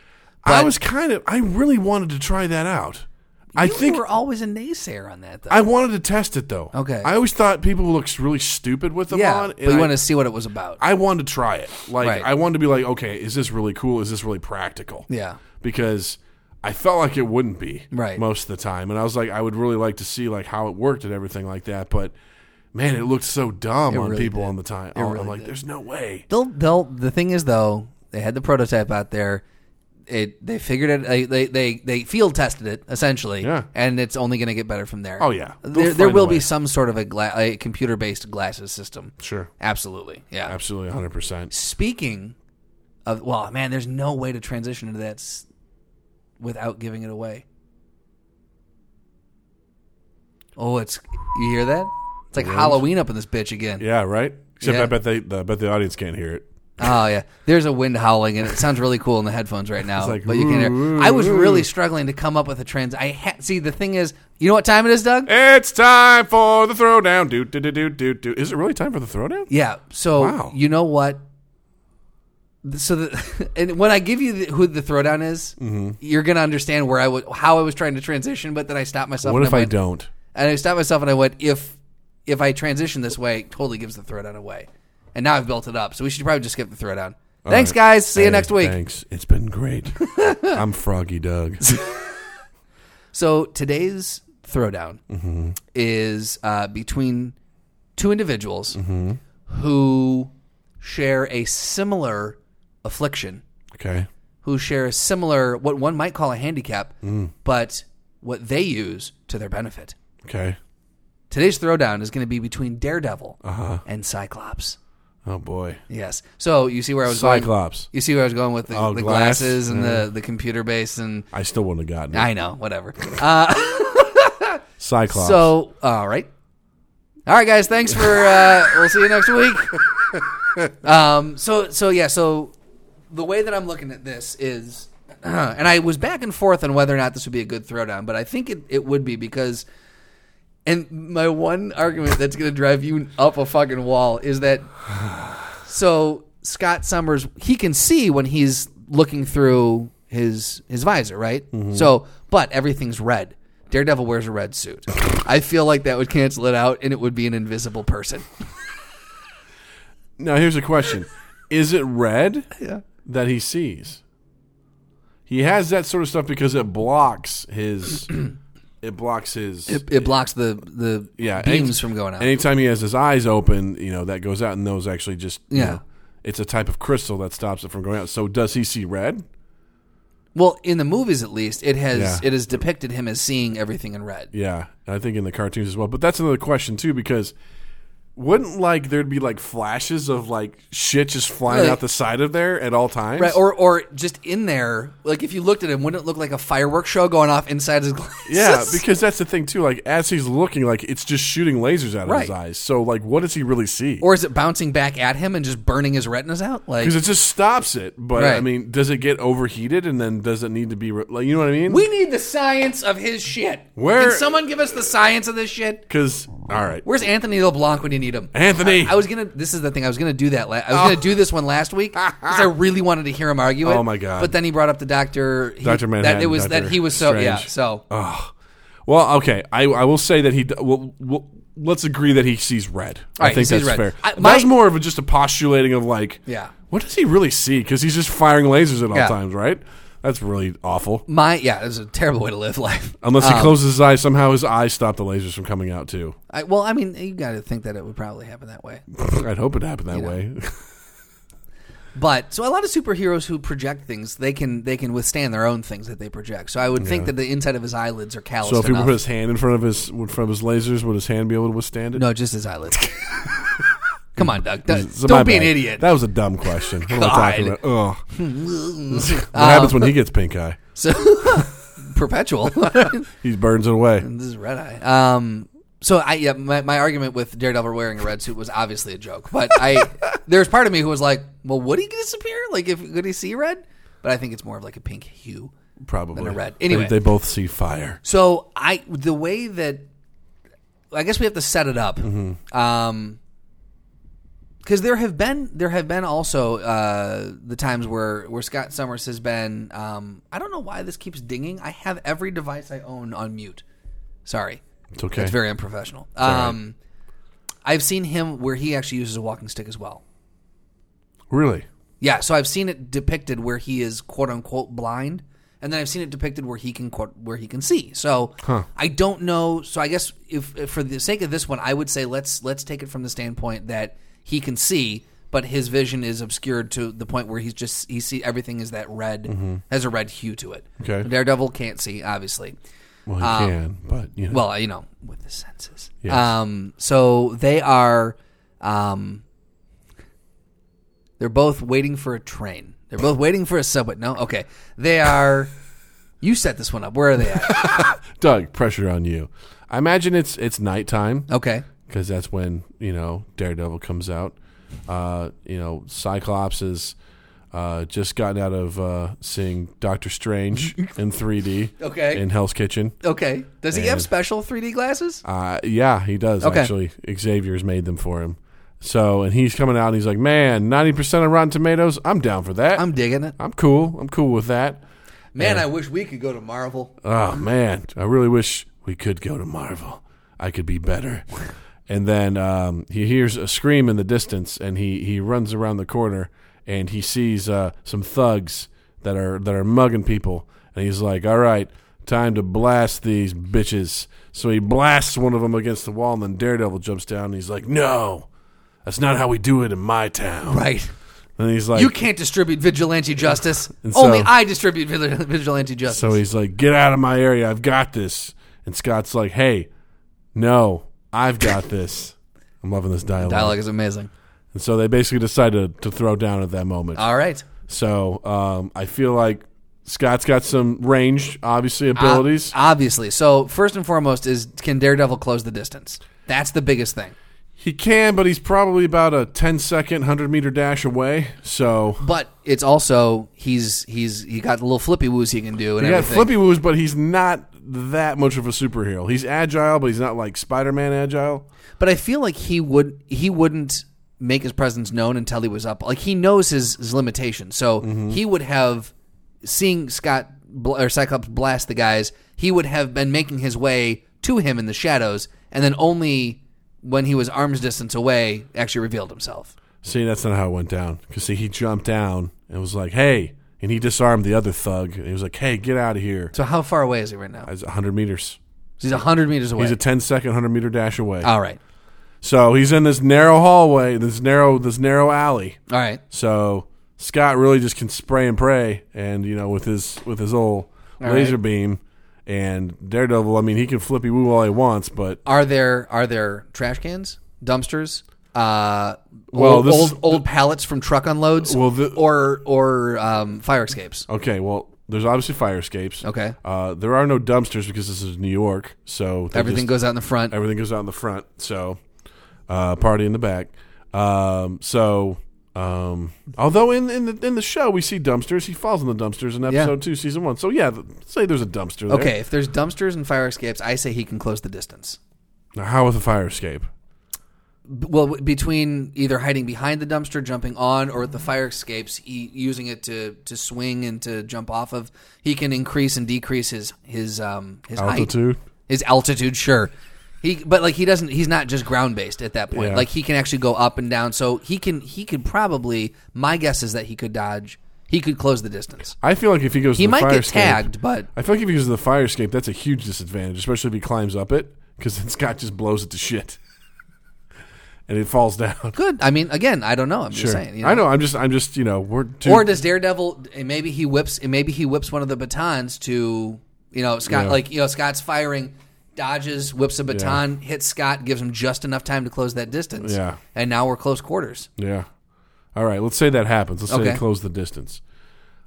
I But- was kind of. I really wanted to try that out. I You think were always a naysayer on that, though. I wanted to test it though. Okay. I always thought people looked really stupid with them yeah, on. but and you I- want to see what it was about. I wanted to try it. Like Right. I wanted to be like, okay, is this really cool? Is this really practical? yeah, Because I felt like it wouldn't be Right. most of the time, and I was like, I would really like to see like how it worked and everything like that. But man, it looked so dumb on really people did. on the time. Oh, I'm like, there's no way. they'll they'll. The thing is, though, they had the prototype out there. It they figured it. They they they, they field tested it essentially. Yeah. and it's only going to get better from there. Oh, yeah. They'll there, there find a will be way. some sort of a, gla- a computer based glasses system. Sure, Absolutely, yeah. absolutely, hundred percent. Speaking of, well, man, there's no way to transition into that s- without giving it away. Oh, it's you hear that? It's like Halloween up in this bitch again. Yeah, right. Except Yeah. I bet they, I bet the audience can't hear it. Oh yeah, there's a wind howling and it sounds really cool in the headphones right now. like, but you can "Ooh, hear. I was really struggling to come up with a trans. I ha- see the thing is, you know what time it is, Doug? It's time for the throwdown. Do do do do do do. Is it really time for the throwdown? Yeah. So Wow. you know what? So the, and when I give you the, who the throwdown is, Mm-hmm. you're gonna understand where I was, how I was trying to transition, but then I stopped myself. What and if I went- don't? And I stopped myself and I went, if if I transition this way, it totally gives the throwdown away. And now I've built it up, so we should probably just skip the throwdown. thanks, right. guys. See you Hey, next week. Thanks. It's been great. I'm Froggy Doug. So today's throwdown Mm-hmm. is uh, between two individuals Mm-hmm. who share a similar affliction. Okay. who share a similar what one might call a handicap, Mm. but what they use to their benefit. Okay. Today's throwdown is going to be between Daredevil Uh-huh. and Cyclops. Oh boy. Yes. So you see where I was going. Cyclops. You see where I was going with the, Oh, the glass. glasses and the, the computer base and I still wouldn't have gotten it. I know whatever. Uh, Cyclops. so all right, all right, guys. Thanks for. Uh, we'll see you next week. Um. So so yeah. So the way that I'm looking at this is, and I was back and forth on whether or not this would be a good throwdown, but I think it, it would be because, and my one argument that's going to drive you up a fucking wall is that, so Scott Summers he can see when he's looking through his his visor, right? Mm-hmm. So, but everything's red. Daredevil wears a red suit. I feel like that would cancel it out, and it would be an invisible person. now here's a question: Is it red Yeah. that he sees? He has that sort of stuff because it blocks his. it blocks his. It, it blocks the the yeah, beams any- from going out. Anytime he has his eyes open, you know that goes out, and those actually just you Yeah. know, it's a type of crystal that stops it from going out. So does he see red? Well, in the movies, at least, it has Yeah. it has depicted him as seeing everything in red. Yeah, and I think in the cartoons as well. But that's another question too, because wouldn't like there'd be like flashes of like shit just flying Right. out the side of there at all times? Right, or or just in there, like if you looked at him, wouldn't it look like a fireworks show going off inside his glasses? yeah, because that's the thing too. Like as he's looking, like it's just shooting lasers out of his Right. eyes. So like, what does he really see? or is it bouncing back at him and just burning his retinas out? Like because it just stops it. But I Right. mean, does it get overheated and then does it need to be re- like you know what I mean? we need the science of his shit. Where- can someone give us the science of this shit? Because all right, Where's Anthony LeBlanc when you need him? Anthony. I was gonna. This is the thing. I was gonna do that. La- I was gonna do this one last week because I really wanted to hear him argue it. Oh, my God. But then he brought up the doctor. he- Dr. Manhattan, That it was Dr. that he was so yeah. Strange. Oh. So well, okay. I, I will say that he. d- Well, well, let's agree that he sees red. I All right, think he that's sees red. fair. I- that my- was more of a, just a postulating of like, Yeah. what does he really see? Because he's just firing lasers at all Yeah. times, right? That's really awful. My yeah, it's a terrible way to live life. Unless he closes his eyes, somehow his eyes stop the lasers from coming out too. I, well, I mean, you got to think that it would probably happen that way. I'd hope it happened that way. But so a lot of superheroes who project things, they can they can withstand their own things that they project. So I would think that the inside of his eyelids are calloused so if he enough. put his hand in front of his in front of his lasers, would his hand be able to withstand it? no, just his eyelids. Come on, Doug. Don't- So my don't be an bad. idiot. That was a dumb question. What am I talking God. about? Ugh. what happens when he gets pink eye? So perpetual. He burns it away. this is red eye. Um. So I yeah, my, my argument with Daredevil wearing a red suit was obviously a joke, but I there's part of me who was like, well, would he disappear? Like, if could he see red? But I think it's more of like a pink hue. Probably. Than a red. They- Anyway. they both see fire. So I the way that I guess we have to set it up. Um because there have been there have been also uh, the times where, where Scott Summers has been um, I don't know why this keeps dinging I have every device I own on mute sorry It's okay. it's very unprofessional um, I've seen him where he actually uses a walking stick as well really? yeah, so I've seen it depicted where he is quote unquote blind, and then I've seen it depicted where he can quote where he can see. So I don't know. So I guess if, if for the sake of this one, I would say let's let's take it from the standpoint that he can see, but his vision is obscured to the point where he's just he see everything is that red has a red hue to it. Okay. Daredevil can't see obviously. Well, he can, but you know. Um, Well, you know, with the senses. Yes. Um, so they are, um, they're both waiting for a train. They're both waiting for a subway. No, okay. They are. You set this one up. Where are they at? Doug, pressure on you. I imagine it's it's nighttime Okay. because that's when you know Daredevil comes out. Uh, you know, Cyclops has uh, just gotten out of uh, seeing Doctor Strange in 3D. Okay. In Hell's Kitchen. Okay. Does he have And- special 3D glasses? Uh, yeah, he does Okay. actually. Xavier's made them for him. So, and he's coming out and he's like, "Man, ninety percent on Rotten Tomatoes. I'm down for that. I'm digging it. I'm cool. I'm cool with that." Man, I wish we could go to Marvel. oh man, I really wish we could go to Marvel. I could be better. And then um, he hears a scream in the distance, and he, he runs around the corner, and he sees uh, some thugs that are that are mugging people, and he's like, "All right, time to blast these bitches." So he blasts one of them against the wall, and then Daredevil jumps down, and he's like, "No, that's not how we do it in my town." Right. And he's like, You can't distribute vigilante justice. And Only so- I distribute vigil- vigilante justice. So he's like, "Get out of my area! I've got this." And Scott's like, "Hey, no, I've got this." I'm loving this dialogue. Dialogue is amazing. And so they basically decided to throw down at that moment. All right. so um, I feel like Scott's got some range, Uh, obviously abilities. Obviously. So first and foremost is can Daredevil close the distance? That's the biggest thing. he can, but he's probably about a 10 second, 100 meter dash away. So But it's also he's he's he got the little flippy woos he can do and he got everything. flippy woos, but he's not that much of a superhero. He's agile, but he's not like Spider Man agile. but I feel like he would he wouldn't make his presence known until he was up. Like he knows his, his limitations. So he would have seeing Scott bl- or Cyclops blast the guys, he would have been making his way to him in the shadows and then only when he was arm's distance away actually revealed himself. See, that's not how it went down. Because, see, he jumped down and was like, hey. And he disarmed the other thug. And he was like, hey, get out of here. So how far away is he right now? That's 100 meters. He's 100 meters away. He's a 10 second, 100 meter dash away. All right. So he's in this narrow hallway, this narrow, this narrow alley. All right. So Scott really just can spray and pray, and you know, with his with his old laser beam and Daredevil. I mean, he can flippy woo all he wants, but Are there are there trash cans, dumpsters, uh, Well, old, this- old old pallets from truck unloads, Well, the- or or um, fire escapes? okay. Well, there's obviously fire escapes. Okay. Uh, there are no dumpsters because this is New York, so they Everything just- goes out in the front. Everything goes out in the front. So, uh, party in the back. Um, so, um, although in in the in the show we see dumpsters, he falls in the dumpsters in episode two, season one. So yeah, th- say there's a dumpster. There. okay, if there's dumpsters and fire escapes, I say he can close the distance. Now, how with a fire escape? B- Well, w- between either hiding behind the dumpster, jumping on, or at the fire escapes, he, using it to, to swing and to jump off of, he can increase and decrease his his um his height. Altitude. His altitude, sure. He but like he doesn't he's not just ground based at that point. Yeah. Like he can actually go up and down. So he can he could probably my guess is that he could dodge He could close the distance. I feel like if he goes, He in the might fire get escape- tagged, but I feel like if he goes in the fire escape, that's a huge disadvantage, especially if he climbs up it, because then Scott just blows it to shit, and it falls down. good. I mean, again, I don't know. I'm just Sure. saying. You know? I know. I'm just. I'm just. You know. We're too, Or does Daredevil? and Maybe he whips. and Maybe he whips one of the batons to you know Scott. Yeah. Like you know Scott's firing, dodges, whips a baton, hits Scott, gives him just enough time to close that distance. Yeah. And now we're close quarters. Yeah. All right. Let's say that happens. Let's say Okay. they close the distance.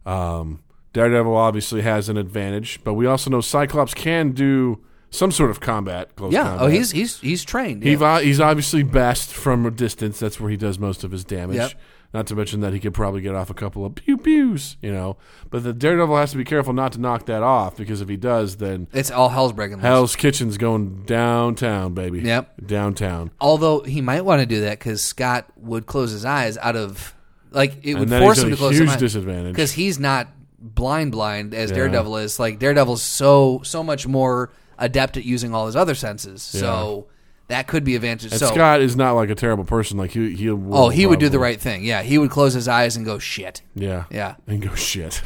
Um, Daredevil obviously has an advantage, but we also know Cyclops can do some sort of combat. Close Yeah. combat. Oh, he's he's he's trained. He yeah. vo- he's obviously best from a distance. That's where he does most of his damage. Yep. Not to mention that he could probably get off a couple of pew pews, you know. But the Daredevil has to be careful not to knock that off because if he does, then It's all hell's breaking loose. Hell's Kitchen's going downtown, baby. Yep. Downtown. Although he might want to do that because Scott would close his eyes out of like it would And then force he's him at to a close huge his eyes disadvantage. because he's not blind blind as Daredevil is. Like Daredevil's so so much more adept at using all his other senses, so that could be advantage. And so Scott is not like a terrible person. Like he, he will oh, he would do the probably- right thing. Yeah, he would close his eyes and go shit. Yeah. Yeah. And go shit.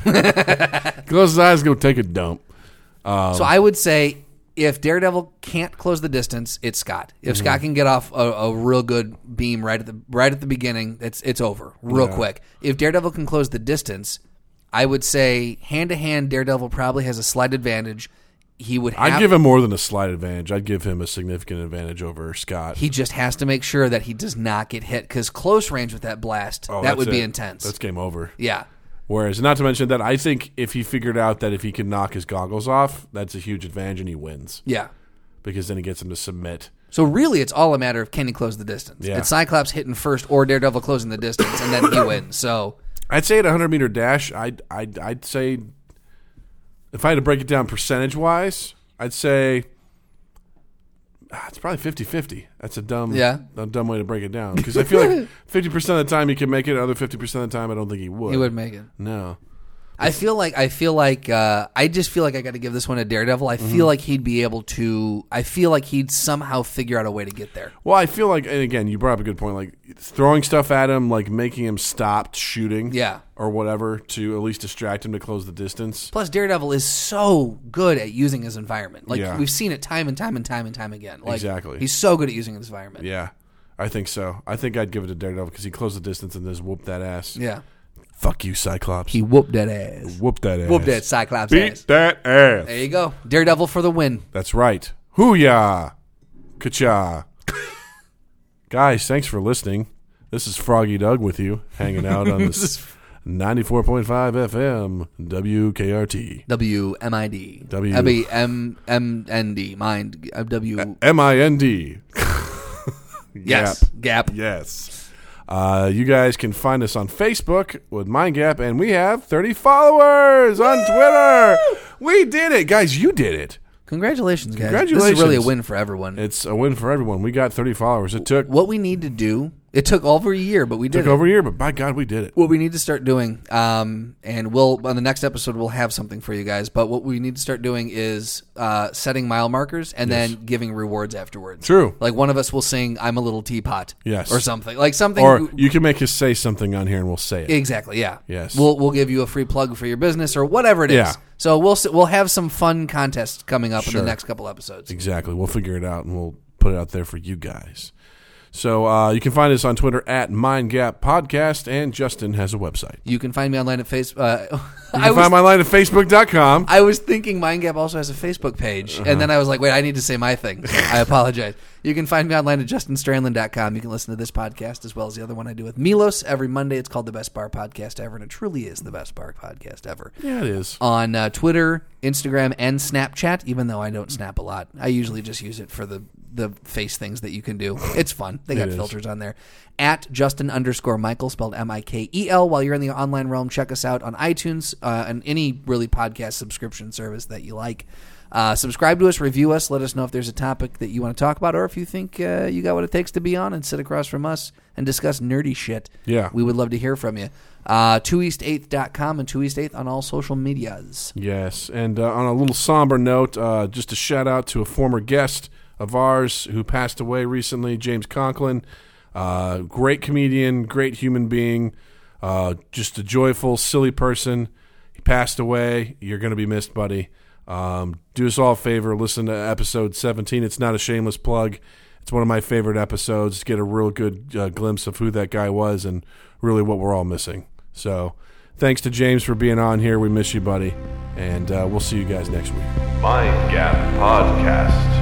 Close his eyes, go take a dump. Oh. so I would say. If Daredevil can't close the distance, it's Scott. If Mm-hmm. Scott can get off a, a real good beam right at the right at the beginning, it's it's over real quick. If Daredevil can close the distance, I would say hand to hand, Daredevil probably has a slight advantage. He would. Have I'd give him more than a slight advantage. I'd give him a significant advantage over Scott. He just has to make sure that he does not get hit because close range with that blast, Oh, that's that would be it. intense. That's game over. yeah. Whereas, not to mention that I think if he figured out that if he can knock his goggles off, that's a huge advantage and he wins Yeah. because then he gets him to submit. So really, it's all a matter of can he close the distance? Yeah. It's Cyclops hitting first or Daredevil closing the distance, and then he wins. So I'd say at a 100 meter dash, I'd, I'd, I'd say, if I had to break it down percentage wise, I'd say ah, it's probably 50 50. That's a dumb, Yeah. a dumb way to break it down because I feel like 50% of the time he can make it, other 50% of the time I don't think he would. he would make it. No. I feel like I feel like uh, I just feel like I got to give this one to Daredevil. I Mm-hmm. feel like he'd be able to. I feel like he'd somehow figure out a way to get there. Well, I feel like, and again, you brought up a good point. Like throwing stuff at him, like making him stop shooting, Yeah. or whatever, to at least distract him to close the distance. Plus, Daredevil is so good at using his environment. Like Yeah. we've seen it time and time and time and time again. Like, Exactly. He's so good at using his environment. Yeah, I think so. I think I'd give it to Daredevil because he closed the distance and just whooped that ass. Yeah. Fuck you, Cyclops. He whooped that ass. whooped that ass. Whooped that Cyclops Beat ass. that ass. There you go. Daredevil for the win. That's right. Hooyah, kacha. Guys, thanks for listening. This is Froggy Doug with you, hanging out on this ninety-four point five FM WKRT. WMID. W. W-M-M-N-D. Mind. Uh, W. M I N D. Yes. Gap. Yes. Uh, you guys can find us on Facebook with Mind Gap, and we have 30 followers on Twitter. We did it, guys! You did it. Congratulations, guys. This Congratulations. is really a win for everyone. It's a win for everyone. We got 30 followers. It took what we need to do, it took over a year, but we did took it. over a year, but by God, we did it. What we need to start doing, um, and we'll on the next episode we'll have something for you guys. But what we need to start doing is uh, setting mile markers and then giving rewards afterwards. True. Like one of us will sing "I'm a little teapot," Yes. or something like something. Or you can make us say something on here, and we'll say it. Exactly. Yeah. Yes. We'll we'll give you a free plug for your business or whatever it is. Yeah. So we'll s- we'll have some fun contests coming up in Sure. the next couple episodes. Exactly. We'll figure it out and we'll put it out there for you guys. So uh, you can find us on Twitter at Mind Gap Podcast, and Justin has a website. You can find me online at Facebook. Uh, You can I was find my line at Facebook.com. I was thinking MindGap also has a Facebook page, and then I was like, wait, I need to say my thing. I apologize. You can find me online at justinstrandland.com. You can listen to this podcast as well as the other one I do with Milos every Monday. It's called the Best Bar Podcast Ever, and it truly is the best bar podcast ever. Yeah, it is. on uh, Twitter, Instagram, and Snapchat. Even though I don't snap a lot, I usually just use it for the the face things that you can do. It's fun. They got is. filters on there. At Justin underscore Michael spelled M I K E L. While you're in the online realm, check us out on iTunes uh, and any really podcast subscription service that you like. Uh, subscribe to us, review us, let us know if there's a topic that you want to talk about, or if you think uh, you got what it takes to be on and sit across from us and discuss nerdy shit. Yeah. We would love to hear from you. Uh, 2east8th.com and 2east8th on all social medias. Yes, and uh, on a little somber note, uh, just a shout out to a former guest of ours who passed away recently, James Conklin. Uh, great comedian, great human being. Uh, just a joyful, silly person. He passed away. You're going to be missed, buddy. Um, do us all a favor. Listen to episode 17. It's not a shameless plug. It's one of my favorite episodes. Get a real good uh, glimpse of who that guy was and really what we're all missing. So, thanks to James for being on here. We miss you, buddy. And uh, we'll see you guys next week. Mind Gap Podcast.